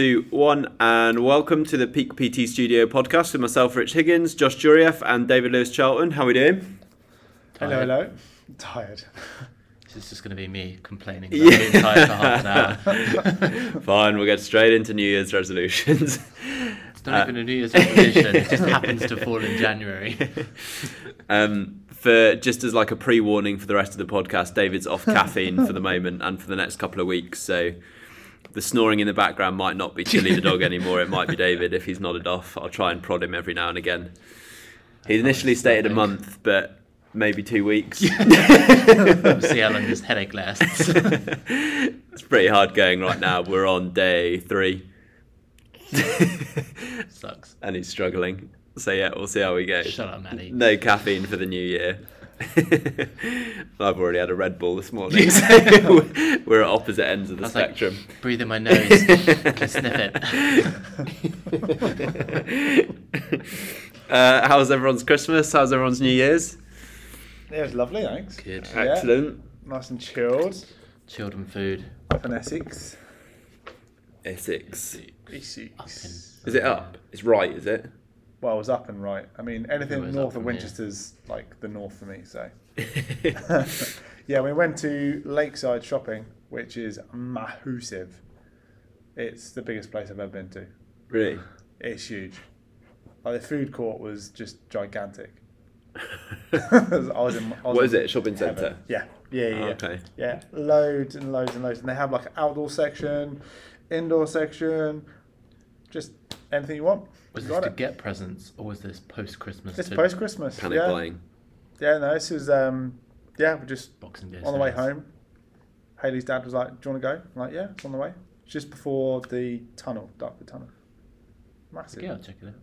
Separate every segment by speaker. Speaker 1: Two, one, and welcome to the Peak PT Studio podcast with myself, Rich Higgins, Josh Jurieff, and David Lewis Charlton. How are we doing?
Speaker 2: Hello, hello. Tired.
Speaker 3: This is just going to be me complaining about being tired for half an hour.
Speaker 1: Fine, we'll get straight into New Year's resolutions.
Speaker 3: It's not even a New Year's resolution. it just happens to fall in January.
Speaker 1: um, for just as like a pre-warning for the rest of the podcast, David's off caffeine for the moment and for the next couple of weeks. So the snoring in the background might not be Chili the dog anymore. It might be David if he's nodded off. I'll try and prod him every now and again. He initially stated a
Speaker 3: Headache.
Speaker 1: month, but maybe two weeks.
Speaker 3: We'll see how long this headache lasts.
Speaker 1: It's pretty hard going right now. We're on day three,
Speaker 3: Sucks.
Speaker 1: and he's struggling. So yeah, we'll see how we go.
Speaker 3: Shut up, Maddie.
Speaker 1: No caffeine for the new year. I've already had a Red Bull this morning, so we're at opposite ends of the
Speaker 3: That's like
Speaker 1: spectrum.
Speaker 3: breathe in my nose. Can sniff it.
Speaker 1: uh, how's everyone's Christmas? How's everyone's New Year's?
Speaker 2: It was lovely, thanks.
Speaker 3: Good.
Speaker 2: Yeah.
Speaker 1: Excellent.
Speaker 2: Nice and chilled.
Speaker 3: Children food.
Speaker 2: Up in Essex.
Speaker 1: Essex.
Speaker 2: Essex.
Speaker 1: Is it up? It's right, is it?
Speaker 2: Well, I was up and right. I mean,
Speaker 3: It
Speaker 2: anything
Speaker 3: was up
Speaker 2: north of
Speaker 3: from here.
Speaker 2: Winchester's like the north for me. So, yeah, we went to Lakeside shopping, which is massive. It's the biggest place I've ever been to.
Speaker 1: really?
Speaker 2: It's huge. Like the food court was just gigantic. I was in, I was
Speaker 1: What
Speaker 2: in
Speaker 1: is it? Shopping
Speaker 2: heaven.
Speaker 1: centre?
Speaker 2: Yeah, yeah, yeah.
Speaker 1: Oh,
Speaker 2: yeah.
Speaker 1: okay.
Speaker 2: Yeah, loads and loads and loads, and they have like an outdoor section, indoor section, just anything you want.
Speaker 3: Was
Speaker 2: You
Speaker 3: this
Speaker 2: got
Speaker 3: to
Speaker 2: it.
Speaker 3: get presents or was this post Christmas?
Speaker 2: It's post Christmas.
Speaker 1: Panic
Speaker 2: yeah.
Speaker 1: buying.
Speaker 2: Yeah, no, this is um, yeah, we're just
Speaker 3: Boxing Day.
Speaker 2: on the way
Speaker 3: sales.
Speaker 2: home. Haley's dad was like, "Do you want to go?" I'm like, yeah, it's on the way. Just before the tunnel, Dartford Tunnel. Massive.
Speaker 3: Yeah, I'll check it out.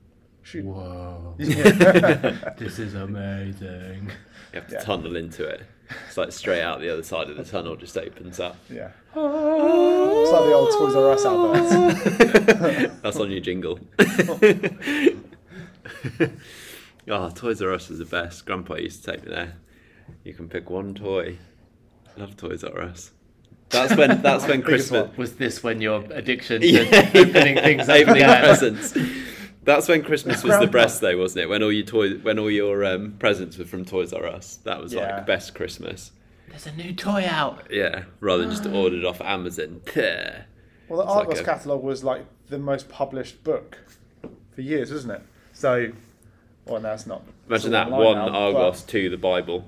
Speaker 2: Shoot.
Speaker 3: Whoa.
Speaker 2: Yeah.
Speaker 3: this is amazing.
Speaker 1: You have to
Speaker 2: Yeah.
Speaker 1: tunnel into it. It's like straight out the other side of the tunnel, just opens up.
Speaker 2: Yeah. It's like the old Toys R Us adverts.
Speaker 1: That's on your jingle. oh, Toys R Us is the best. Grandpa used to take me there. You can pick one toy. Love Toys R Us. That's when that's when
Speaker 2: Biggest
Speaker 1: Christmas
Speaker 3: Was this when your addiction to
Speaker 1: Yeah.
Speaker 3: opening things up
Speaker 1: opening
Speaker 3: began?
Speaker 1: presents. That's when Christmas was the
Speaker 2: Grandpa.
Speaker 1: best though, wasn't it? When all your toys when all your um, presents were from Toys R Us. That was like
Speaker 2: Yeah.
Speaker 1: the best Christmas.
Speaker 3: There's a new toy out.
Speaker 1: Yeah. Rather than just ordered off Amazon. Yeah.
Speaker 2: Well, the
Speaker 1: It's like
Speaker 2: Argos
Speaker 1: a-
Speaker 2: catalogue was like the most published book for years, wasn't it? So, well, no, it's not. It's
Speaker 1: Imagine that
Speaker 2: all online
Speaker 1: one
Speaker 2: now,
Speaker 1: Argos to the Bible.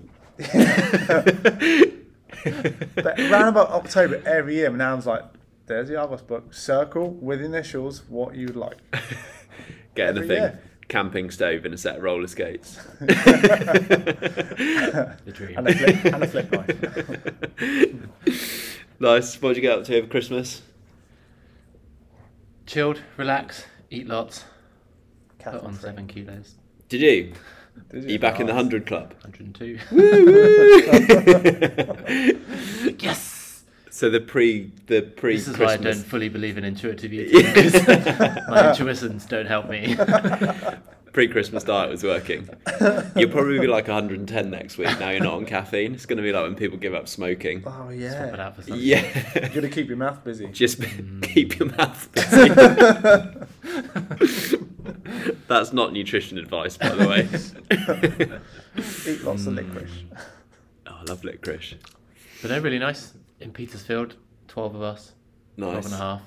Speaker 2: But, but around about October eh, every year, Manan's like, there's the Argos book. Circle with initials what you'd like.
Speaker 1: Getting a
Speaker 2: Every
Speaker 1: thing.
Speaker 2: year.
Speaker 1: Camping stove and a set of roller skates.
Speaker 3: The dream.
Speaker 2: And a flip, and a flip knife.
Speaker 1: nice. What did you get up to over Christmas?
Speaker 3: Chilled, relax, eat lots, put
Speaker 2: Catherine
Speaker 3: on
Speaker 2: Free.
Speaker 3: seven kilos,
Speaker 1: Did you?
Speaker 2: Did
Speaker 1: Are you back in the
Speaker 2: Nice.
Speaker 1: 100 club?
Speaker 3: 102. yes!
Speaker 1: So the pre the pre
Speaker 3: This is why I don't
Speaker 1: Christmas
Speaker 3: fully believe in intuitive eating because my intuitions don't help me.
Speaker 1: pre Christmas diet was working. You'll probably be like 110 next week. Now you're not on caffeine. It's going to be like when people give up smoking.
Speaker 2: Oh,
Speaker 3: But
Speaker 2: yeah.
Speaker 3: out for something.
Speaker 1: Yeah.
Speaker 2: You've got to keep Mm. your mouth busy.
Speaker 1: Just keep your mouth busy. That's not nutrition advice, by the way.
Speaker 2: Eat lots of licorice.
Speaker 3: Mm.
Speaker 1: oh, I love licorice.
Speaker 3: But they're really nice. In Petersfield, 12 of us,
Speaker 1: Nice.
Speaker 3: 12 and a half.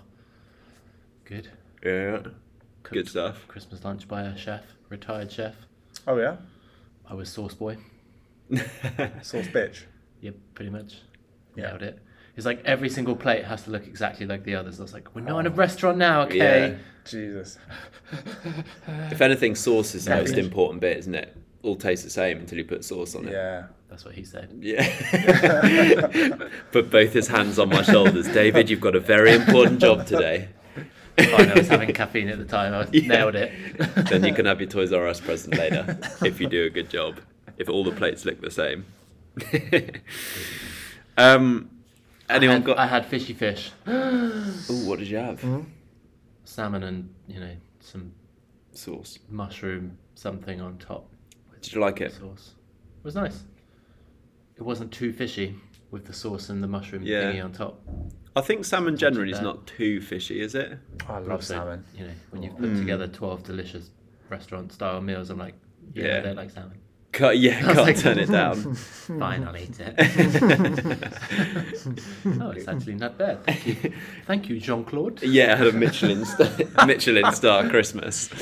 Speaker 3: Good.
Speaker 1: Yeah. Good
Speaker 3: Cooked
Speaker 1: stuff.
Speaker 3: Christmas lunch by a chef, retired chef.
Speaker 2: Oh, yeah?
Speaker 3: I was sauce boy.
Speaker 2: Sauce bitch.
Speaker 3: Yep, pretty much.
Speaker 2: Yeah.
Speaker 3: Nailed it. It's like every single plate has to look exactly like the others. I was like, we're not in a
Speaker 1: Oh.
Speaker 3: restaurant now, okay?
Speaker 2: Jesus.
Speaker 1: If anything, sauce is the most
Speaker 3: Definitely.
Speaker 1: important bit, isn't it? All tastes the same until you put sauce on it.
Speaker 2: Yeah.
Speaker 3: That's what he said.
Speaker 1: Yeah. Put both his hands on my shoulders. David, you've got a very important job today.
Speaker 3: Fine, I was having caffeine at the time. I
Speaker 1: Yeah.
Speaker 3: nailed it.
Speaker 1: Then you can have your Toys R Us present later if you do a good job. If all the plates look the same. um,
Speaker 3: I
Speaker 1: anyone
Speaker 3: had,
Speaker 1: got?
Speaker 3: I had fishy fish,
Speaker 1: Ooh, what did you have?
Speaker 2: Hmm?
Speaker 3: salmon, and you know some
Speaker 1: Sauce.
Speaker 3: mushroom something on top
Speaker 1: Did you like it?
Speaker 3: sauce. It was nice. It wasn't too fishy with the sauce and the mushroom
Speaker 1: Yeah.
Speaker 3: thingy on top.
Speaker 1: I think salmon generally is
Speaker 3: bad.
Speaker 1: not too fishy, is it?
Speaker 2: I love
Speaker 3: Also,
Speaker 2: salmon.
Speaker 3: You know, when you've put
Speaker 1: Mm.
Speaker 2: Mm.
Speaker 3: together twelve delicious restaurant style meals, I'm like, yeah,
Speaker 1: Yeah.
Speaker 3: I don't like salmon.
Speaker 1: Cut, yeah,
Speaker 3: I was
Speaker 1: can't
Speaker 3: like-
Speaker 1: turn it down.
Speaker 3: Fine, I'll eat it. oh, it's actually not bad. Thank you, thank you, Jean Claude.
Speaker 1: yeah, I had a Michelin star, Michelin star Christmas.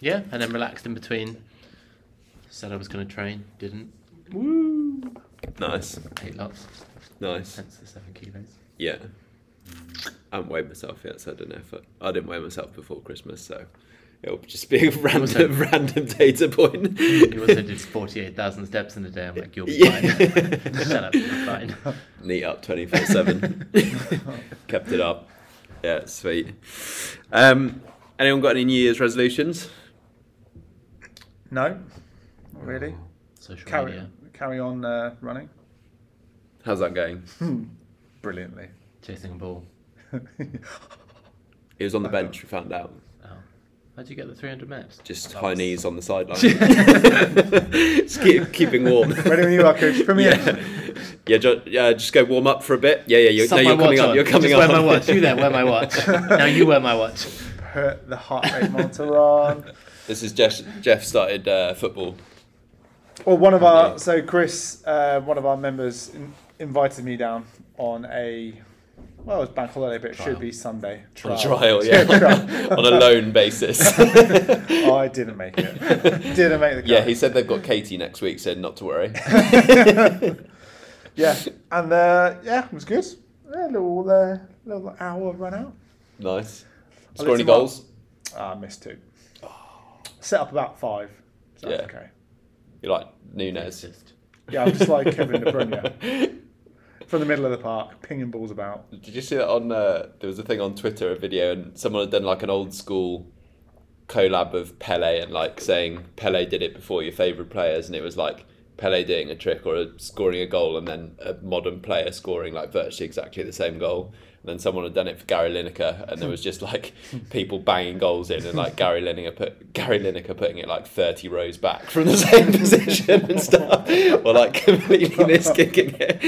Speaker 3: Yeah, and then relaxed in between. Said I was going to train, didn't.
Speaker 1: nice,
Speaker 3: Ate lots,
Speaker 1: nice.
Speaker 3: hence the seven kilos.
Speaker 1: Yeah, I haven't weighed myself yet, so I don't know if I, I didn't weigh myself before Christmas, so it'll just be a
Speaker 3: also-
Speaker 1: random random data point.
Speaker 3: You also did forty-eight thousand steps in a day. I'm like, you'll be fine.
Speaker 1: Yeah.
Speaker 3: Shut up, you're fine.
Speaker 1: Neat up 24 7. Kept it up. Yeah, sweet. Um, anyone got any New Year's resolutions?
Speaker 2: No, not
Speaker 3: Oh,
Speaker 2: really.
Speaker 3: Social
Speaker 2: Carry,
Speaker 3: media,
Speaker 2: carry on uh, running.
Speaker 1: How's that going?
Speaker 2: Brilliantly.
Speaker 3: chasing a ball.
Speaker 1: He was on the bench, we found out.
Speaker 3: Oh, how'd you get the three hundred maps?
Speaker 1: Just high knees on the sideline. just keep, keeping warm.
Speaker 2: Ready when you are, coach. Put me in.
Speaker 1: Yeah. Yeah, ju- yeah, just go warm up for a bit. Yeah, yeah, you're, no,
Speaker 3: Suck
Speaker 1: you're
Speaker 3: my
Speaker 1: coming
Speaker 3: watch
Speaker 1: up.
Speaker 3: on.
Speaker 1: You're coming
Speaker 3: Just
Speaker 1: up.
Speaker 3: Wear my watch. You there? Wear my watch. now you wear my watch.
Speaker 2: Put the heart rate monitor on.
Speaker 1: This is Jeff. Jeff started uh, football.
Speaker 2: Well, one of
Speaker 1: Yeah.
Speaker 2: our so Chris, uh, one of our members, in, invited me down on a well, it was bank holiday, but it
Speaker 3: Trial.
Speaker 2: should be Sunday
Speaker 1: On a trial, yeah.
Speaker 2: trial. Oh,
Speaker 1: on a loan basis.
Speaker 2: I didn't make it. Didn't make the cut.
Speaker 1: yeah, he said they've got Katie next week, so not to worry.
Speaker 2: yeah, and uh, yeah, it was good. Yeah, little uh, little hour run out.
Speaker 1: Nice.
Speaker 2: I
Speaker 1: Score
Speaker 2: looked
Speaker 1: any
Speaker 2: him up.
Speaker 1: goals?
Speaker 2: Ah, I missed two. Set up about five. So that's
Speaker 1: Yeah.
Speaker 2: okay.
Speaker 1: You like Nunes?
Speaker 3: Just
Speaker 2: Yeah, I'm just like Kevin De Bruyne from the middle of the park, pinging balls about.
Speaker 1: Did you see that on? Uh, there was a thing on Twitter, a video, and someone had done like an old school collab of Pele and like saying Pele did it before your favorite players, and it was like Pele doing a trick or a, scoring a goal, and then a modern player scoring like virtually exactly the same goal. And then someone had done it for Gary Lineker, and there was just like people banging goals in, and like Gary Lineker put Gary Lineker putting it like thirty rows back from the same position and stuff, or like completely miss kicking it.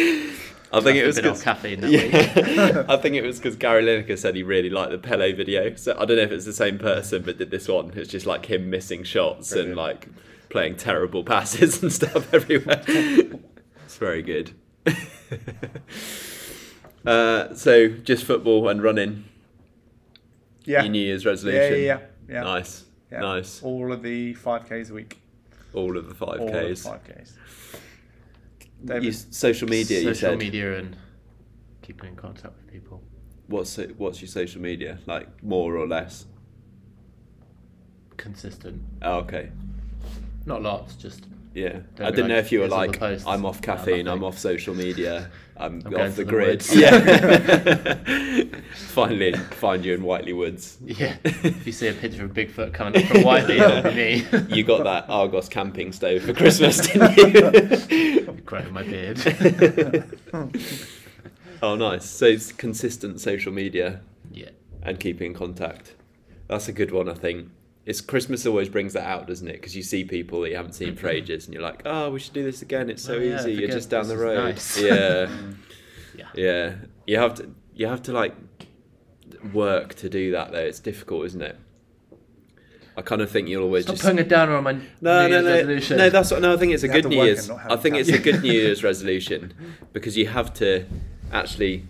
Speaker 1: I think it was
Speaker 3: a bit
Speaker 1: good.
Speaker 3: off caffeine that week.
Speaker 1: Yeah. I think it was because Gary Lineker said he really liked the Pele video. So I don't know if it's the same person, but did this one. It's just like him missing shots and
Speaker 2: Brilliant.
Speaker 1: like playing terrible passes and stuff everywhere. it's very good. uh, so just football and running.
Speaker 2: Yeah.
Speaker 1: Your New Year's
Speaker 2: yeah,
Speaker 1: resolution.
Speaker 2: yeah, yeah, yeah.
Speaker 1: Nice.
Speaker 2: Yeah.
Speaker 1: Nice.
Speaker 2: All of the five Ks a week.
Speaker 1: All of the five
Speaker 2: All of the
Speaker 1: Ks.
Speaker 2: five Ks.
Speaker 1: You-
Speaker 2: David,
Speaker 1: social media.
Speaker 3: social
Speaker 1: you said.
Speaker 3: media and keeping in contact with people.
Speaker 1: What's it, what's your social media like? More or less?
Speaker 3: Consistent.
Speaker 1: Oh, okay.
Speaker 3: Not lots. Just
Speaker 1: Yeah,
Speaker 3: Don't
Speaker 1: I
Speaker 3: be
Speaker 1: didn't know
Speaker 3: like,
Speaker 1: if you were
Speaker 3: here's all the
Speaker 1: like,
Speaker 3: posts.
Speaker 1: I'm off
Speaker 3: No,
Speaker 1: caffeine, I'm
Speaker 3: nothing.
Speaker 1: off social media, I'm,
Speaker 3: I'm going
Speaker 1: off the
Speaker 3: to the
Speaker 1: grid.
Speaker 3: woods.
Speaker 1: Yeah. Finally, find you in Whiteley Woods.
Speaker 3: yeah. if you see a picture of Bigfoot coming up from Whiteley, it'll be me.
Speaker 1: You got that Argos camping stove for Christmas, didn't you?
Speaker 3: growing my beard.
Speaker 1: oh, nice. So it's consistent social media
Speaker 3: yeah.
Speaker 1: and keeping in contact. That's a good one, I think. It's Christmas always brings that out, doesn't it? Because you see people that you haven't seen for ages, and you're like, "Oh, we should do this again. It's so
Speaker 3: Oh, yeah, I
Speaker 1: easy. You're
Speaker 3: forget
Speaker 1: just down
Speaker 3: this
Speaker 1: the
Speaker 3: is
Speaker 1: road."
Speaker 3: nice.
Speaker 1: Yeah.
Speaker 3: Yeah.
Speaker 1: Yeah, you have to you have to like work to do that though. It's difficult, isn't it? I kind of think you'll always
Speaker 3: Stop
Speaker 1: just
Speaker 3: putting a downer on my
Speaker 1: no, no,
Speaker 3: New Year's
Speaker 1: no,
Speaker 3: resolution.
Speaker 1: no. That's what, no. I think it's a
Speaker 2: You have
Speaker 1: good
Speaker 2: to
Speaker 1: New
Speaker 2: work
Speaker 1: Year's.
Speaker 2: and not have
Speaker 1: I think
Speaker 2: time.
Speaker 1: it's a good New Year's resolution because you have to actually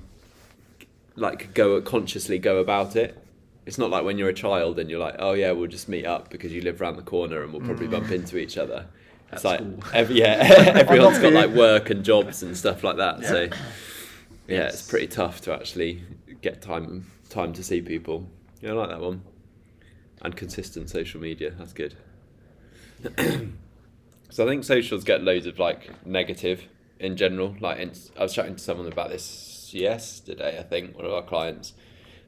Speaker 1: like go consciously go about it. It's not like when you're a child and you're like, oh yeah, we'll just meet up because you live round the corner and we'll probably bump
Speaker 2: Mm.
Speaker 1: into each other. It's
Speaker 3: At
Speaker 1: like
Speaker 3: school.
Speaker 1: every, yeah, everyone's got
Speaker 2: you.
Speaker 1: like work and jobs and stuff like that. So yeah, it's
Speaker 3: Yes.
Speaker 1: pretty tough to actually get time time to see people. Yeah, I like that one. And consistent social media, that's good. so I think socials get loads of like negative in general. Like in, I was chatting to someone about this yesterday, I think, one of our clients.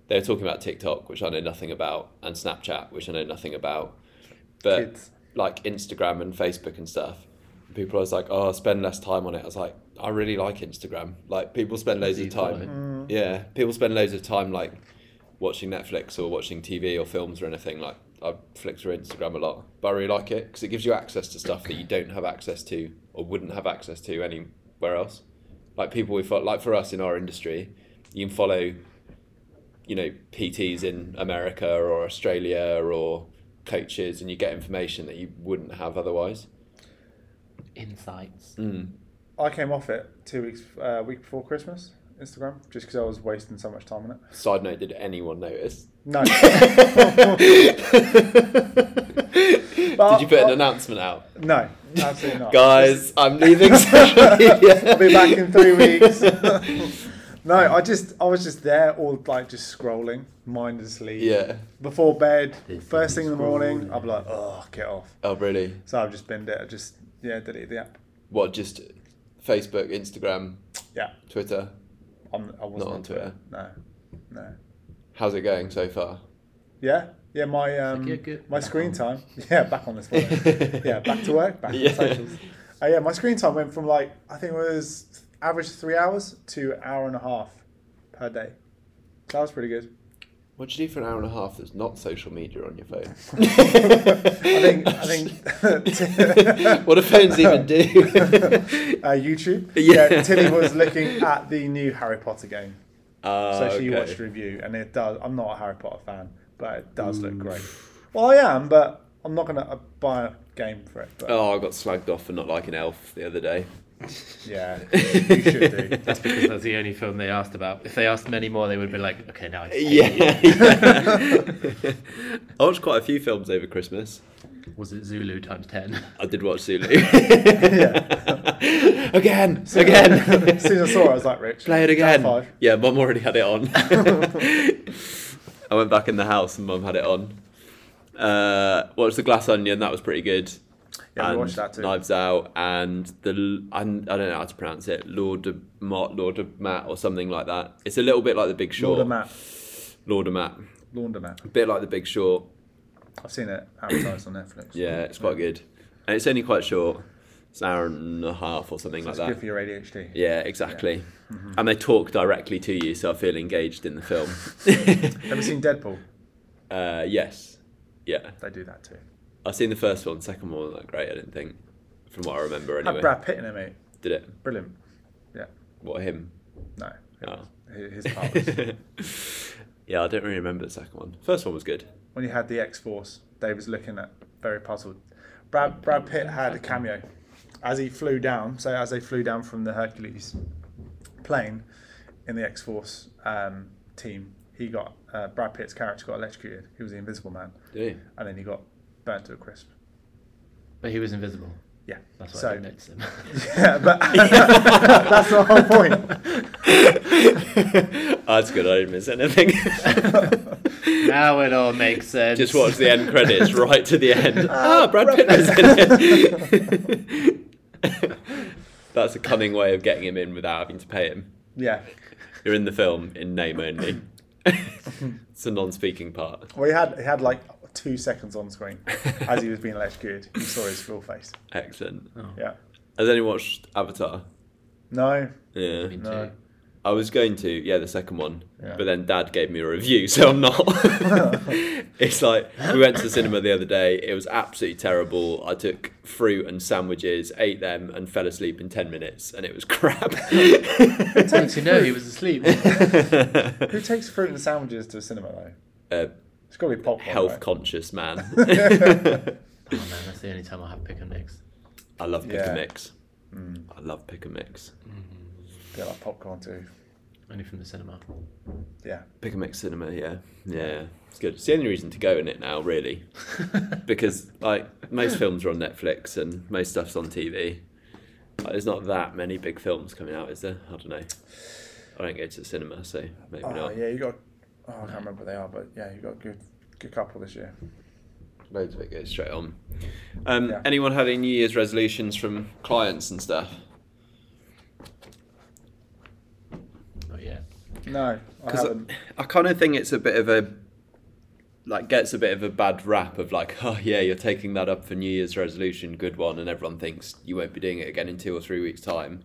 Speaker 1: They were talking about TikTok, which I know nothing about, and Snapchat, which I know nothing about. But
Speaker 2: Kids.
Speaker 1: like Instagram and Facebook and stuff. and People are always like, oh, spend less time on it. I was like, I really like Instagram. Like, people spend loads of
Speaker 3: Easy follow.
Speaker 1: time. Yeah, people spend loads of time like watching Netflix or watching TV or films or anything. Like, I flick through Instagram a lot, but I really like it because it gives you access to stuff that you don't have access to or wouldn't have access to anywhere else. like people we follow, like for us in our industry, you can follow, you know, PTs in America or Australia or coaches, and you get information that you wouldn't have otherwise.
Speaker 3: Insights.
Speaker 1: Mm.
Speaker 2: I came off it two weeks, uh, week before Christmas, Instagram, just because I was wasting so much time on it.
Speaker 1: Side note: Did anyone notice?
Speaker 2: No.
Speaker 1: Did you put an announcement out?
Speaker 2: no, absolutely not.
Speaker 1: Guys, I'm leaving social media.
Speaker 2: I'll be back in three weeks. no, I just, I was just there, all like just scrolling mindlessly.
Speaker 1: yeah.
Speaker 2: Before bed,
Speaker 3: This
Speaker 2: first thing in the morning,
Speaker 3: scrolling.
Speaker 2: I'll be like, oh, get off.
Speaker 1: Oh, really?
Speaker 2: So I've just binned it. I just, yeah, deleted the app.
Speaker 1: What? Just Facebook, Instagram,
Speaker 2: Yeah,
Speaker 1: Twitter.
Speaker 2: I'm, I wasn't
Speaker 1: Not on
Speaker 2: into
Speaker 1: Twitter.
Speaker 2: it. No, no.
Speaker 1: How's it going so far?
Speaker 2: Yeah, yeah. My um,
Speaker 3: yeah, good.
Speaker 2: my
Speaker 3: Back
Speaker 2: screen
Speaker 3: on.
Speaker 2: time. Yeah, back on this one. yeah, back to work. Back
Speaker 1: Yeah.
Speaker 2: on socials. Uh, yeah, my screen time went from like I think it was average three hours to hour and a half per day. That was pretty good.
Speaker 1: What do you do for an hour and a half that's not social media on your phone?
Speaker 2: I think I think.
Speaker 1: what do phones even do?
Speaker 2: uh, YouTube.
Speaker 1: Yeah.
Speaker 2: Yeah. Tilly was looking at the new Harry Potter game,
Speaker 1: Ah,
Speaker 2: so she
Speaker 1: okay.
Speaker 2: watched a review, and it does. I'm not a Harry Potter fan, but it does look great. Well, I am, but I'm not gonna uh, buy a game for it. But
Speaker 1: Oh, I got slagged off for not liking Elf the other day.
Speaker 2: yeah, you should do.
Speaker 3: That's because that's the only film they asked about. If they asked many more, they would be like, okay, now I hate
Speaker 1: Yeah. I watched quite a few films over Christmas.
Speaker 3: you. Was it Zulu times 10?
Speaker 1: I did watch Zulu.
Speaker 2: Yeah.
Speaker 1: again,
Speaker 2: So-
Speaker 1: again.
Speaker 2: as soon as I saw it, I was like, Rich,
Speaker 1: Play it
Speaker 2: high
Speaker 1: again.
Speaker 2: five.
Speaker 1: Yeah, mum already had it on. I went back in the house and mum had it on. Uh, watched The Glass Onion, that was pretty good.
Speaker 2: Yeah, we
Speaker 1: and
Speaker 2: watched that too.
Speaker 1: Knives Out and the L- I, I don't know how to pronounce it, Lord of Mart, Lord of Matt or something like that. It's a little bit like The Big Short.
Speaker 2: Laundromat.
Speaker 1: Lord of Matt.
Speaker 2: Laundromat.
Speaker 1: A bit like The Big Short.
Speaker 2: I've seen it advertised on Netflix.
Speaker 1: Yeah, it's quite good. And it's only quite short. It's an hour and a half or something
Speaker 2: That's
Speaker 1: like
Speaker 2: good
Speaker 1: that.
Speaker 2: for your ADHD.
Speaker 1: Yeah, exactly.
Speaker 2: Mm-hmm.
Speaker 1: And they talk directly to you, so I feel engaged in the film.
Speaker 2: Have you seen Deadpool?
Speaker 1: uh, yes. Yeah.
Speaker 2: They do that too.
Speaker 1: I've seen the first one. Second one wasn't that great, I didn't think, from what I remember
Speaker 2: Had
Speaker 1: anyway.
Speaker 2: Brad Pitt in it, mate.
Speaker 1: Did it?
Speaker 2: Brilliant. Yeah.
Speaker 1: What, him?
Speaker 2: No. it
Speaker 1: Oh.
Speaker 2: was- His his part was.
Speaker 1: yeah, I don't really remember the second one. First one was good.
Speaker 2: when you had the X Force, Dave was looking at very puzzled. Brad Brad Pitt had a cameo as he flew down. So as they flew down from the Hercules plane in the X Force um, team, he got uh, Brad Pitt's character got electrocuted. He was the Invisible Man,
Speaker 1: Do
Speaker 2: and then he got burnt to a crisp.
Speaker 3: But he was invisible.
Speaker 2: Yeah,
Speaker 3: That's why I
Speaker 2: so
Speaker 3: didn't notice him.
Speaker 2: yeah, but that's the whole point.
Speaker 1: That's good. I didn't miss anything.
Speaker 3: now it all makes sense.
Speaker 1: Just watch the end credits right to the end.
Speaker 2: Oh,
Speaker 1: Ah, Brad Pitt was in it. That's a cunning way of getting him in without having to pay him.
Speaker 2: Yeah,
Speaker 1: You're in the film in name only. it's a non-speaking part.
Speaker 2: well, he had he had like two seconds on screen as he was being electrocuted. You saw his full face.
Speaker 1: Excellent.
Speaker 3: Oh,
Speaker 2: Yeah,
Speaker 1: Has anyone watched Avatar?
Speaker 2: no,
Speaker 1: Yeah.
Speaker 3: Me
Speaker 2: no.
Speaker 3: too.
Speaker 1: I was going to, yeah, the second one,
Speaker 2: Yeah.
Speaker 1: but then Dad gave me a review, so I'm not. it's like we went to the cinema the other day. It was absolutely terrible. I took fruit and sandwiches, ate them, and fell asleep in ten minutes, and it was crap.
Speaker 3: Thanks, you know he was asleep.
Speaker 2: Who takes fruit and sandwiches to a cinema though?
Speaker 1: uh,
Speaker 2: It's got to be popcorn.
Speaker 1: health
Speaker 2: right?
Speaker 1: conscious man.
Speaker 3: Oh man, that's the only time I'll have pick and mix.
Speaker 1: I love pick
Speaker 2: Yeah.
Speaker 1: and mix. I love pick and mix.
Speaker 2: Mm-hmm. Yeah, Mm. like popcorn too.
Speaker 3: Only from the cinema.
Speaker 2: Yeah.
Speaker 1: Pick and mix cinema, yeah, yeah, it's good. It's the only reason to go in it now, really, because like most films are on Netflix and most stuff's on TV. Like, there's not that many big films coming out, is there? I don't know. I don't go to the cinema, so maybe
Speaker 2: Oh
Speaker 1: not.
Speaker 2: yeah, you got. Oh, I can't remember what they are, but yeah, you got a good, good couple this year.
Speaker 1: Loads of it goes straight on. Um,
Speaker 2: Yeah.
Speaker 1: Anyone had any New Year's resolutions from clients and stuff?
Speaker 3: Not yet.
Speaker 2: No, I
Speaker 1: Because
Speaker 2: haven't.
Speaker 1: I, I kind of think it's a bit of a like gets a bit of a bad rap of like, oh yeah, you're taking that up for New Year's resolution, good one, and everyone thinks you won't be doing it again in two or three weeks' time.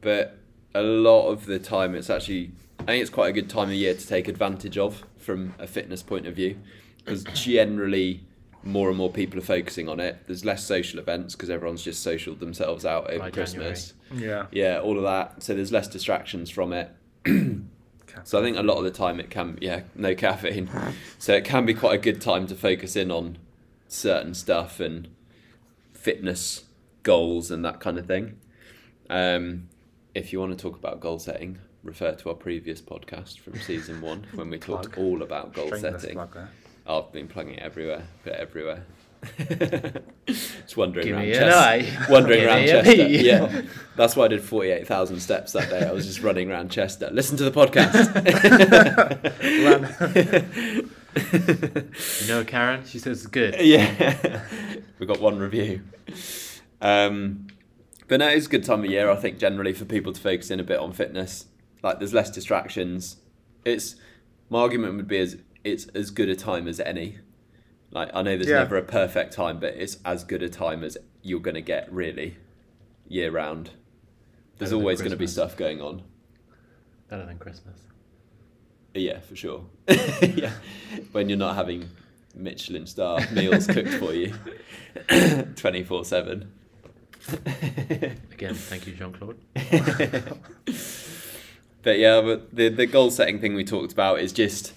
Speaker 1: But a lot of the time, it's actually I think it's quite a good time of year to take advantage of from a fitness point of view, because generally more and more people are focusing on it. There's less social events because everyone's just social themselves out over
Speaker 3: By
Speaker 1: Christmas.
Speaker 2: Yeah.
Speaker 1: Yeah, all of that. So there's less distractions from it. So I think a lot of the time it can, yeah, no caffeine. so it can be quite a good time to focus in on certain stuff and fitness goals and that kind of thing. Um, if you want to talk about goal setting, refer to our previous podcast from season one when we talked
Speaker 2: Plug.
Speaker 1: all about goal
Speaker 2: Shameless
Speaker 1: setting.
Speaker 2: plug there.
Speaker 1: I've been plugging it everywhere, but everywhere. Just wandering
Speaker 3: Give
Speaker 1: around
Speaker 3: me an
Speaker 1: Chester.
Speaker 3: eye.
Speaker 1: Wandering
Speaker 3: Give
Speaker 1: around
Speaker 3: me a
Speaker 1: Chester.
Speaker 3: pee.
Speaker 1: Yeah. That's why I did 48,000 steps that day. I was just running around Chester. Listen to the podcast.
Speaker 3: You know, Karen, she says it's good.
Speaker 1: yeah. we got one review. Um, but no, it's a good time of year, I think, generally, for people to focus in a bit on fitness. Like, there's less distractions. It's, my argument would be is it's as good a time as any. Like, I know there's
Speaker 2: Yeah.
Speaker 1: never a perfect time, but it's as good a time as you're going to get, really, year round. There's
Speaker 3: Better than
Speaker 1: always going to be
Speaker 3: Christmas.
Speaker 1: stuff going on.
Speaker 3: Better than Christmas.
Speaker 1: Yeah, for sure. yeah, when you're not having Michelin star meals cooked for you, twenty four seven.
Speaker 3: Again, thank you, Jean Claude.
Speaker 1: But yeah, but the the goal setting thing we talked about is just,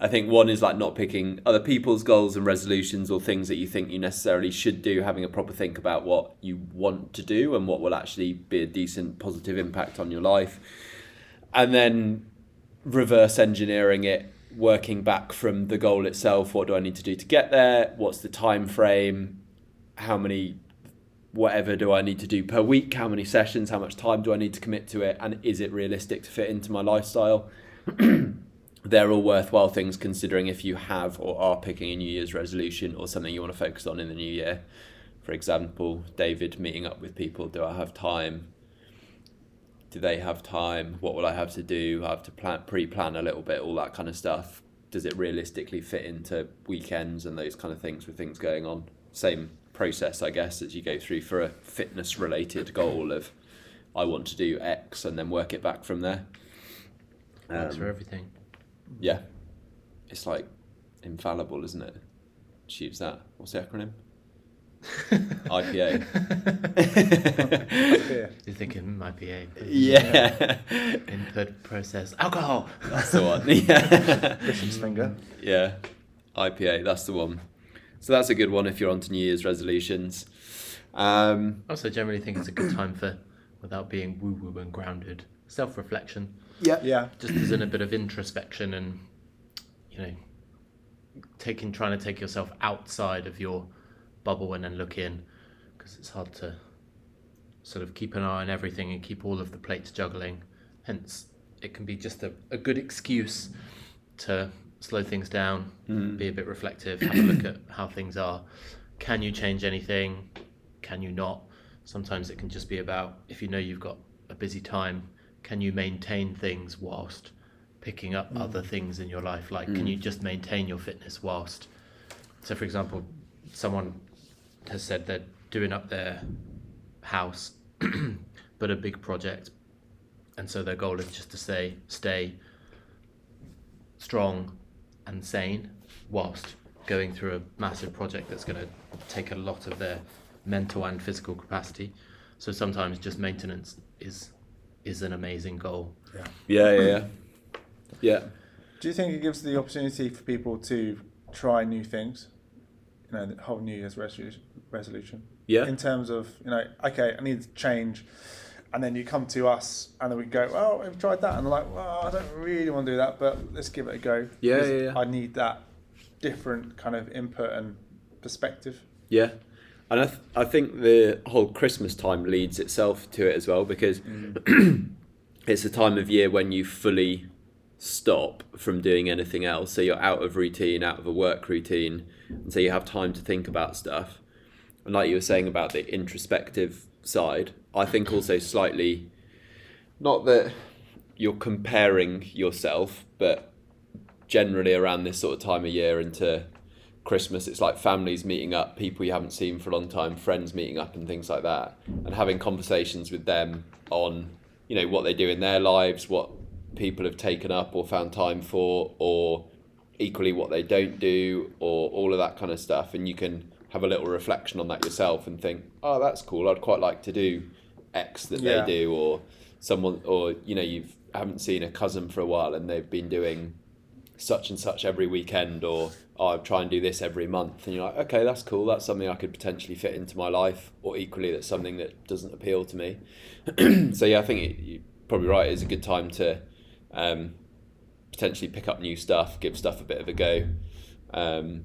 Speaker 1: I think one is like not picking other people's goals and resolutions or things that you think you necessarily should do. Having a proper think about what you want to do and what will actually be a decent positive impact on your life, and then reverse engineering it working back from the goal itself what do i need to do to get there what's the time frame how many whatever do i need to do per week how many sessions how much time do i need to commit to it and is it realistic to fit into my lifestyle they're all worthwhile things considering if you have or are picking a new year's resolution or something you want to focus on in the new year for example david meeting up with people do i have time do they have time? What will I have to do? I have to plan, pre-plan a little bit, all that kind of stuff. Does it realistically fit into weekends and those kind of things with things going on? Same process, I guess, as you go through for a fitness-related goal of I want to do X and then work it back from there.
Speaker 3: Thanks for
Speaker 1: Um,
Speaker 3: everything.
Speaker 1: yeah, it's like infallible, isn't it? Choose that. What's the acronym? IPA.
Speaker 2: Beer.
Speaker 3: You're thinking mm, IPA.
Speaker 1: yeah,
Speaker 3: Input process alcohol.
Speaker 1: that's the one. Yeah.
Speaker 2: Bishop's finger.
Speaker 1: Yeah, IPA. That's the one. So that's a good one if you're onto New Year's resolutions. Um,
Speaker 3: Also, generally think it's a good time for, without being woo woo and grounded, self reflection.
Speaker 2: Yeah.
Speaker 3: Just as in a bit of introspection and, you know, taking trying to take yourself outside of your bubble and then look in, because it's hard to sort of keep an eye on everything and keep all of the plates juggling. Hence, it can be just a, a good excuse to slow things down, be a bit reflective, have a look at how things are. Can you change anything? Can you not? Sometimes it can just be about if you know you've got a busy time, can you maintain things whilst picking up other things in your life? Like, can you just maintain your fitness whilst? So, for example, someone has said they're doing up their house, but a big project. And so their goal is just to say, stay strong and sane whilst going through a massive project that's going to take a lot of their mental and physical capacity. So sometimes just maintenance is is an amazing goal.
Speaker 1: yeah, yeah, yeah. Yeah.
Speaker 2: Do you think it gives the opportunity for people to try new things? You know, the whole New Year's resolution. resolution.
Speaker 1: Yeah.
Speaker 2: In terms of, you know, okay, I need to change. And then you come to us and then we go, oh, I've tried that. And they're like, well, I don't really want to do that, but let's give it a go.
Speaker 1: Yeah,
Speaker 2: Because
Speaker 1: yeah, yeah.
Speaker 2: I need that different kind of input and perspective.
Speaker 1: Yeah, and I, th- I think the whole Christmas time leads itself to it as well because it's a time of year when you fully stop from doing anything else. So you're out of routine, out of a work routine, and so you have time to think about stuff. And like you were saying about the introspective side, I think also slightly, not that you're comparing yourself, but generally around this sort of time of year into Christmas, it's like families meeting up, people you haven't seen for a long time, friends meeting up, and things like that, and having conversations with them on, you know, what they do in their lives, what people have taken up or found time for, or equally what they don't do or all of that kind of stuff and you can have a little reflection on that yourself and think oh that's cool i'd quite like to do x that
Speaker 2: Yeah.
Speaker 1: they do or someone or you know you've haven't seen a cousin for a while and they've been doing such and such every weekend or oh, i try and do this every month and you're like okay that's cool that's something i could potentially fit into my life or equally that's something that doesn't appeal to me so yeah i think it, you're probably right it's a good time to um, potentially pick up new stuff give stuff a bit of a go um,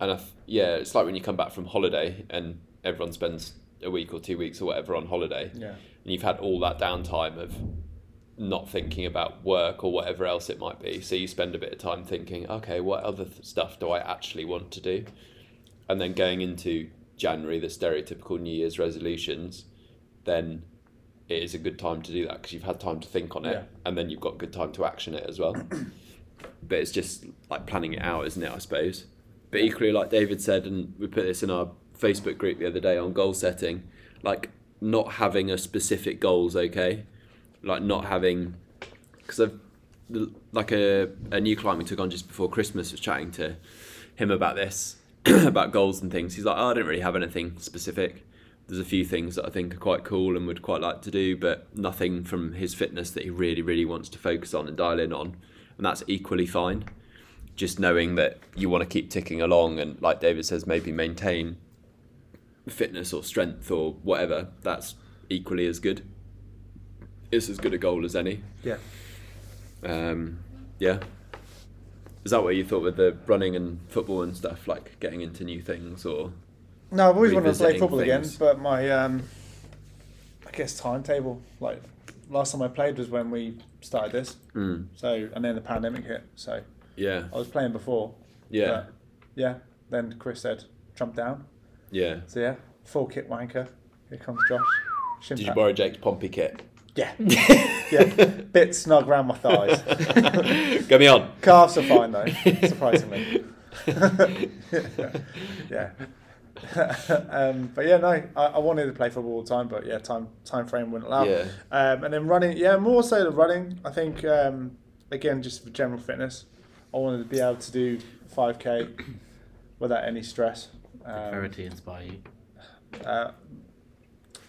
Speaker 1: and I th- yeah it's like when you come back from holiday and everyone spends a week or two weeks or whatever on holiday
Speaker 2: Yeah.
Speaker 1: and you've had all that downtime of not thinking about work or whatever else it might be. So you spend a bit of time thinking, okay, what other th- stuff do I actually want to do? And then going into January, the stereotypical New Year's resolutions, then it is a good time to do that because you've had time to think on it
Speaker 2: Yeah.
Speaker 1: and then you've got good time to action it as well. but it's just like planning it out, isn't it? I suppose. But equally, like David said, and we put this in our Facebook group the other day on goal setting, like not having a specific goal's okay. Like not having, because I've the- like a, a new client we took on just before Christmas was chatting to him about this, about goals and things. He's like, oh, I don't really have anything specific. There's a few things that I think are quite cool and would quite like to do, but nothing from his fitness that he really, really wants to focus on and dial in on. And that's equally fine. Just knowing that you want to keep ticking along and, like David says, maybe maintain fitness or strength or whatever, that's equally as good. It's as good a goal as any.
Speaker 2: Yeah.
Speaker 1: Um, yeah. Is that what you thought with the running and football and stuff, like getting into new things or?
Speaker 2: No, I've always wanted to play
Speaker 1: Revisiting
Speaker 2: football
Speaker 1: things.
Speaker 2: again, but my, um, I guess, timetable. Like, last time I played was when we started this.
Speaker 1: Mm.
Speaker 2: So, and then the pandemic hit. So,
Speaker 1: Yeah,
Speaker 2: I was playing before.
Speaker 1: yeah,
Speaker 2: but, yeah. Then Chris said, jump down.
Speaker 1: yeah.
Speaker 2: So, yeah, full kit wanker. Here comes Josh. Shin
Speaker 1: Did you
Speaker 2: pad.
Speaker 1: borrow Jake's Pompey kit?
Speaker 2: Yeah. yeah. Bit snug round my thighs.
Speaker 1: Get me on.
Speaker 2: Calves are fine, though, surprisingly. yeah. um, but yeah, no, I, I wanted to play football all the time, but yeah, time time frame wouldn't allow.
Speaker 1: Yeah.
Speaker 2: Um, and then running, yeah, more so the running. I think um, again, just for general fitness, I wanted to be able to do five k without any stress. Um,
Speaker 3: Verity inspire you.
Speaker 2: uh,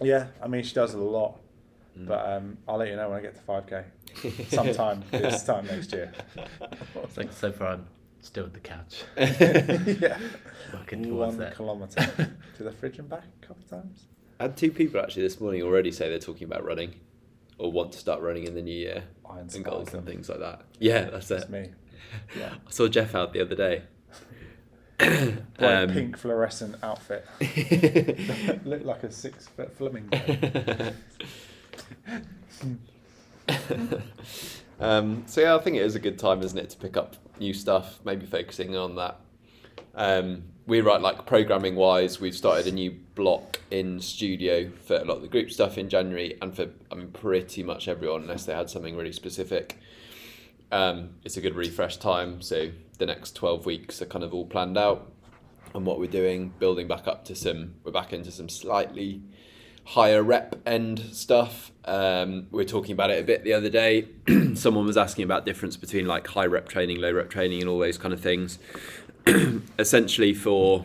Speaker 2: yeah, I mean she does it a lot,
Speaker 1: Mm.
Speaker 2: but um, I'll let you know when I get to five k sometime this time next year.
Speaker 3: It's like so far I'm still at the couch,
Speaker 2: yeah,
Speaker 3: working towards
Speaker 2: one
Speaker 3: that.
Speaker 2: kilometer to the fridge and back a couple times.
Speaker 1: I had two people actually this morning already say they're talking about running or want to start running in the new year
Speaker 2: I
Speaker 1: and
Speaker 2: inspired
Speaker 1: goals and
Speaker 2: them.
Speaker 1: things like that. Yeah, that's
Speaker 2: That's
Speaker 1: it.
Speaker 2: me. Yeah.
Speaker 1: I saw Jeff out the other day.
Speaker 2: Bright
Speaker 1: Um,
Speaker 2: pink fluorescent outfit. Looked like a six foot flamingo.
Speaker 1: um, so yeah, I think it is a good time, isn't it, to pick up new stuff, maybe focusing on that. Um, we write like programming wise, we've started a new block in studio for a lot of the group stuff in January and for I mean pretty much everyone unless they had something really specific. Um, it's a good refresh time, so the next twelve weeks are kind of all planned out and what we're doing, building back up to some we're back into some slightly higher rep end stuff. Um, we were talking about it a bit the other day. Someone was asking about difference between like high rep training, low rep training, and all those kind of things. Essentially, for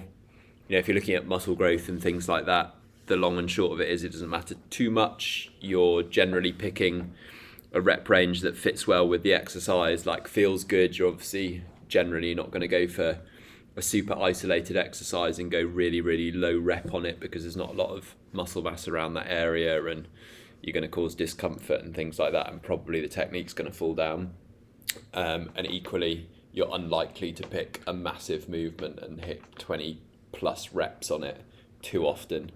Speaker 1: you know, if you're looking at muscle growth and things like that, the long and short of it is it doesn't matter too much. You're generally picking a rep range that fits well with the exercise, like feels good. You're obviously generally not going to go for a super isolated exercise and go really, really low rep on it because there's not a lot of muscle mass around that area and you're going to cause discomfort and things like that. And probably the technique's going to fall down. Um, and equally, you're unlikely to pick a massive movement and hit 20 plus reps on it too often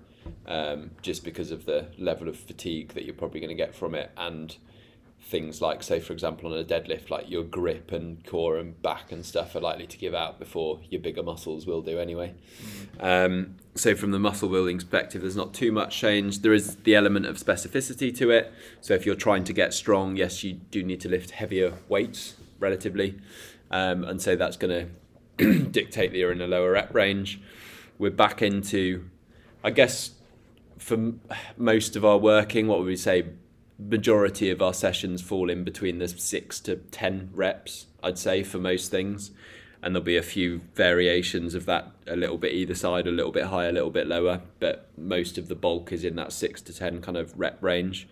Speaker 1: um, just because of the level of fatigue that you're probably going to get from it and things like say for example on a deadlift like your grip and core and back and stuff are likely to give out before your bigger muscles will do anyway um, so from the muscle building perspective there's not too much change there is the element of specificity to it so if you're trying to get strong yes you do need to lift heavier weights relatively um, and so that's going to dictate that you're in a lower rep range we're back into i guess for m- most of our working, what would we say? majority of our sessions fall in between the six to ten reps, I'd say, for most things. And there'll be a few variations of that a little bit either side, a little bit higher, a little bit lower, but most of the bulk is in that six to ten kind of rep range.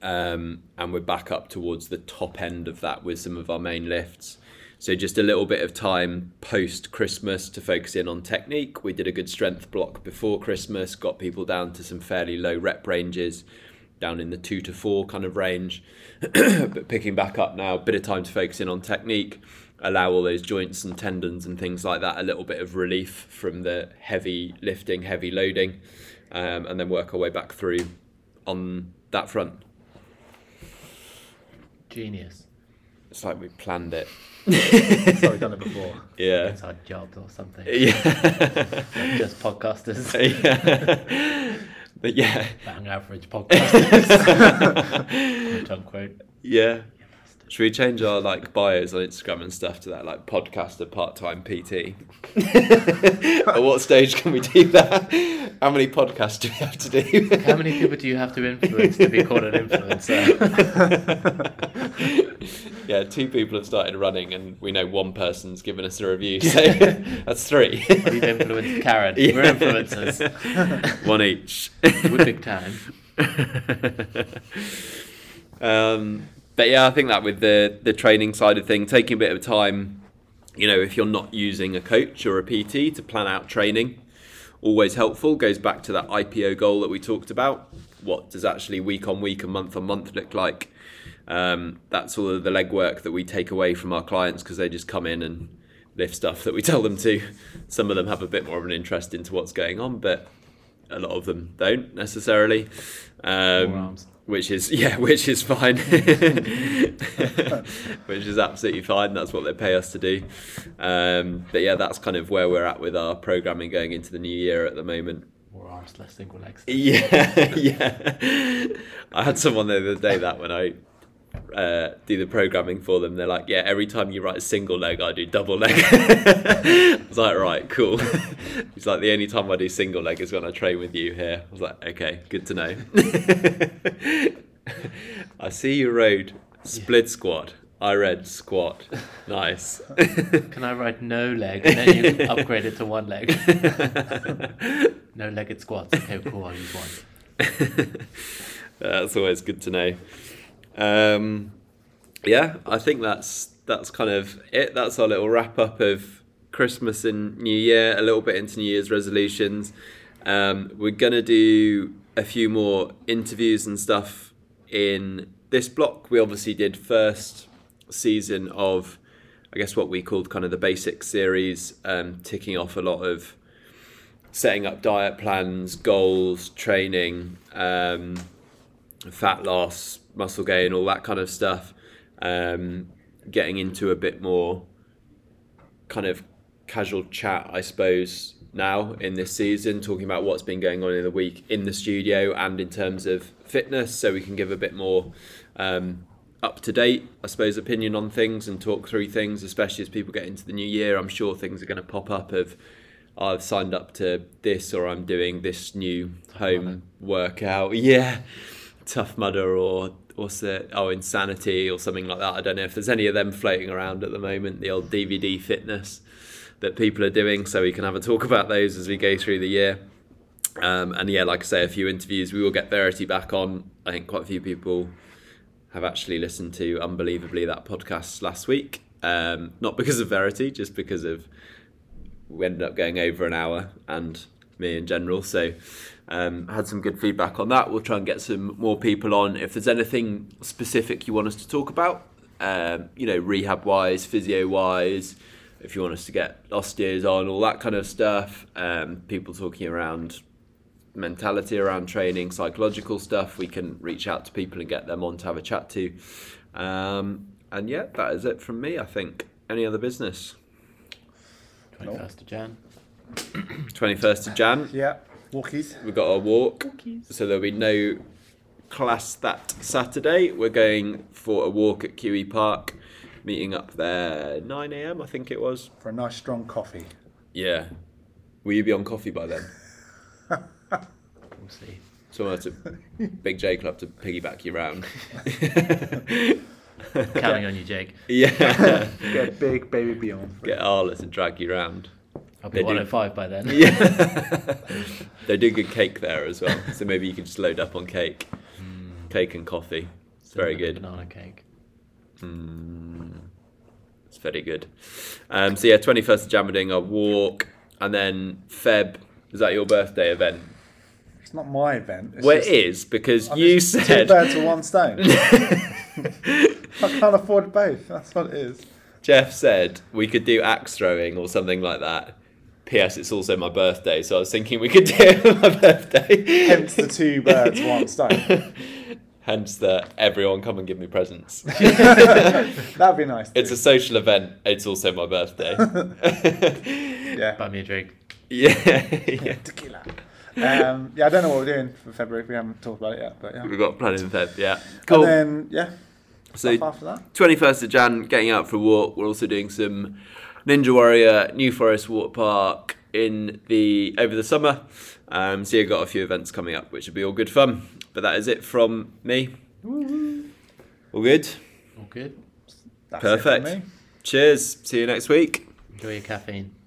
Speaker 1: Um, and we're back up towards the top end of that with some of our main lifts. So just a little bit of time post Christmas to focus in on technique. We did a good strength block before Christmas, got people down to some fairly low rep ranges, down in the two to four kind of range, but picking back up now. Bit of time to focus in on technique, allow all those joints and tendons and things like that a little bit of relief from the heavy lifting, heavy loading, um, and then work our way back through on that front.
Speaker 3: Genius.
Speaker 1: It's like we planned it.
Speaker 2: That's how we've done it before.
Speaker 1: Yeah.
Speaker 3: It's our job or something.
Speaker 1: Yeah.
Speaker 3: Just podcasters.
Speaker 1: yeah. But yeah.
Speaker 3: Bang average podcasters. quote unquote.
Speaker 1: Yeah. Should we change our like bios on Instagram and stuff to that like podcaster part time PT? At what stage can we do that? How many podcasts do we have to do?
Speaker 3: How many people do you have to influence to be called an
Speaker 2: influencer?
Speaker 1: yeah, two people have started running, and we know one person's given us a review, so that's three.
Speaker 3: We've influenced Karen. We're influencers.
Speaker 1: one each.
Speaker 3: We're big time.
Speaker 1: um, but yeah, I think that with the the training side of thing, taking a bit of time, you know, if you're not using a coach or a PT to plan out training, always helpful. Goes back to that IPO goal that we talked about. What does actually week on week and month on month look like? Um, that's all of the legwork that we take away from our clients because they just come in and lift stuff that we tell them to. Some of them have a bit more of an interest into what's going on, but a lot of them don't necessarily. Um,
Speaker 3: arms.
Speaker 1: Which is yeah, which is fine. which is absolutely fine. That's what they pay us to do. Um, but yeah, that's kind of where we're at with our programming going into the new year at the moment.
Speaker 3: More arms, less single legs.
Speaker 1: Yeah, yeah. I had someone the other day that when I uh, do the programming for them, they're like, "Yeah, every time you write single leg, I do double leg." I was like, "Right, cool." He's like, "The only time I do single leg is when I train with you here." I was like, "Okay, good to know." I see you rode split squat. I read squat. Nice.
Speaker 3: Can I ride no leg and then you upgrade it to one leg? no legged squats. Okay, cool. I'll use one.
Speaker 1: Uh, that's always good to know. Um, yeah, I think that's that's kind of it. That's our little wrap up of Christmas and New Year, a little bit into New Year's resolutions. Um, we're gonna do a few more interviews and stuff in this block. We obviously did first season of, I guess what we called kind of the basic series, um, ticking off a lot of setting up diet plans, goals, training, um, fat loss, muscle gain, all that kind of stuff. Um, getting into a bit more kind of casual chat, I suppose, now in this season, talking about what's been going on in the week in the studio and in terms of fitness, so we can give a bit more um, up to date, I suppose, opinion on things and talk through things, especially as people get into the new year. I'm sure things are going to pop up of I've signed up to this or I'm doing this new home workout. Yeah. Tough Mudder or what's it? Oh, Insanity or something like that. I don't know if there's any of them floating around at the moment, the old DVD fitness that people are doing. So we can have a talk about those as we go through the year. Um, and yeah, like I say, a few interviews. We will get Verity back on. I think quite a few people have actually listened to unbelievably that podcast last week. Um, not because of Verity, just because of we ended up going over an hour and me in general. So um, had some good feedback on that. We'll try and get some more people on. If there's anything specific you want us to talk about, um, you know, rehab wise, physio wise, if you want us to get osteos on, all that kind of stuff, um, people talking around mentality around training, psychological stuff, we can reach out to people and get them on to have a chat to. Um, and yeah, that is it from me, I think. Any other business?
Speaker 3: 21st of Jan.
Speaker 1: 21st of Jan.
Speaker 2: Yeah, walkies.
Speaker 1: We've got our walk. So there'll be no class that Saturday. We're going for a walk at QE Park, meeting up there 9 a.m. I think it was.
Speaker 2: For a nice strong coffee.
Speaker 1: Yeah. Will you be on coffee by then?
Speaker 3: We'll see.
Speaker 1: So I had to big J club to piggyback you round.
Speaker 3: Counting on you, Jake.
Speaker 1: yeah.
Speaker 2: Get big, baby Beyond.
Speaker 1: Get Arla to drag you round.
Speaker 3: I'll
Speaker 1: They
Speaker 3: be
Speaker 1: do.
Speaker 3: 105 by then.
Speaker 1: Yeah. they do good cake there as well. So maybe you can just load up on cake. Cake and coffee. It's very
Speaker 3: Mm, Cinnamon
Speaker 1: good.
Speaker 3: Banana cake.
Speaker 1: Mm. It's very good. Um, so yeah, 21st of Jammerding, a walk. And then Feb, is that your birthday event?
Speaker 2: It's not my event. It's
Speaker 1: Well, it
Speaker 2: just-
Speaker 1: is, because
Speaker 2: I'm
Speaker 1: you
Speaker 2: just
Speaker 1: said.
Speaker 2: two birds with one stone. I can't afford both. That's what it is.
Speaker 1: Jeff said we could do axe throwing or something like that. P.S. It's also my birthday, so I was thinking we could do it on my birthday.
Speaker 2: Hence the two birds, one stone.
Speaker 1: Hence the everyone come and give me presents.
Speaker 2: That'd be nice.
Speaker 1: It's a social event. It's also my birthday.
Speaker 2: yeah.
Speaker 3: Buy me a drink.
Speaker 1: yeah, yeah.
Speaker 2: Tequila. Um, yeah, I don't know what we're doing for February. We haven't talked about it yet, but yeah.
Speaker 1: We've got planning in Feb. Yeah, cool.
Speaker 2: And then yeah,
Speaker 1: so
Speaker 2: stuff after that.
Speaker 1: 21st of Jan, getting out for a walk. We're also doing some Ninja Warrior New Forest Water Park in the over the summer. Um, so you've got a few events coming up, which will be all good fun. But that is it from me. All good.
Speaker 3: All good.
Speaker 2: That's
Speaker 1: Perfect.
Speaker 2: It for me.
Speaker 1: Cheers. See you next week.
Speaker 3: Enjoy your caffeine.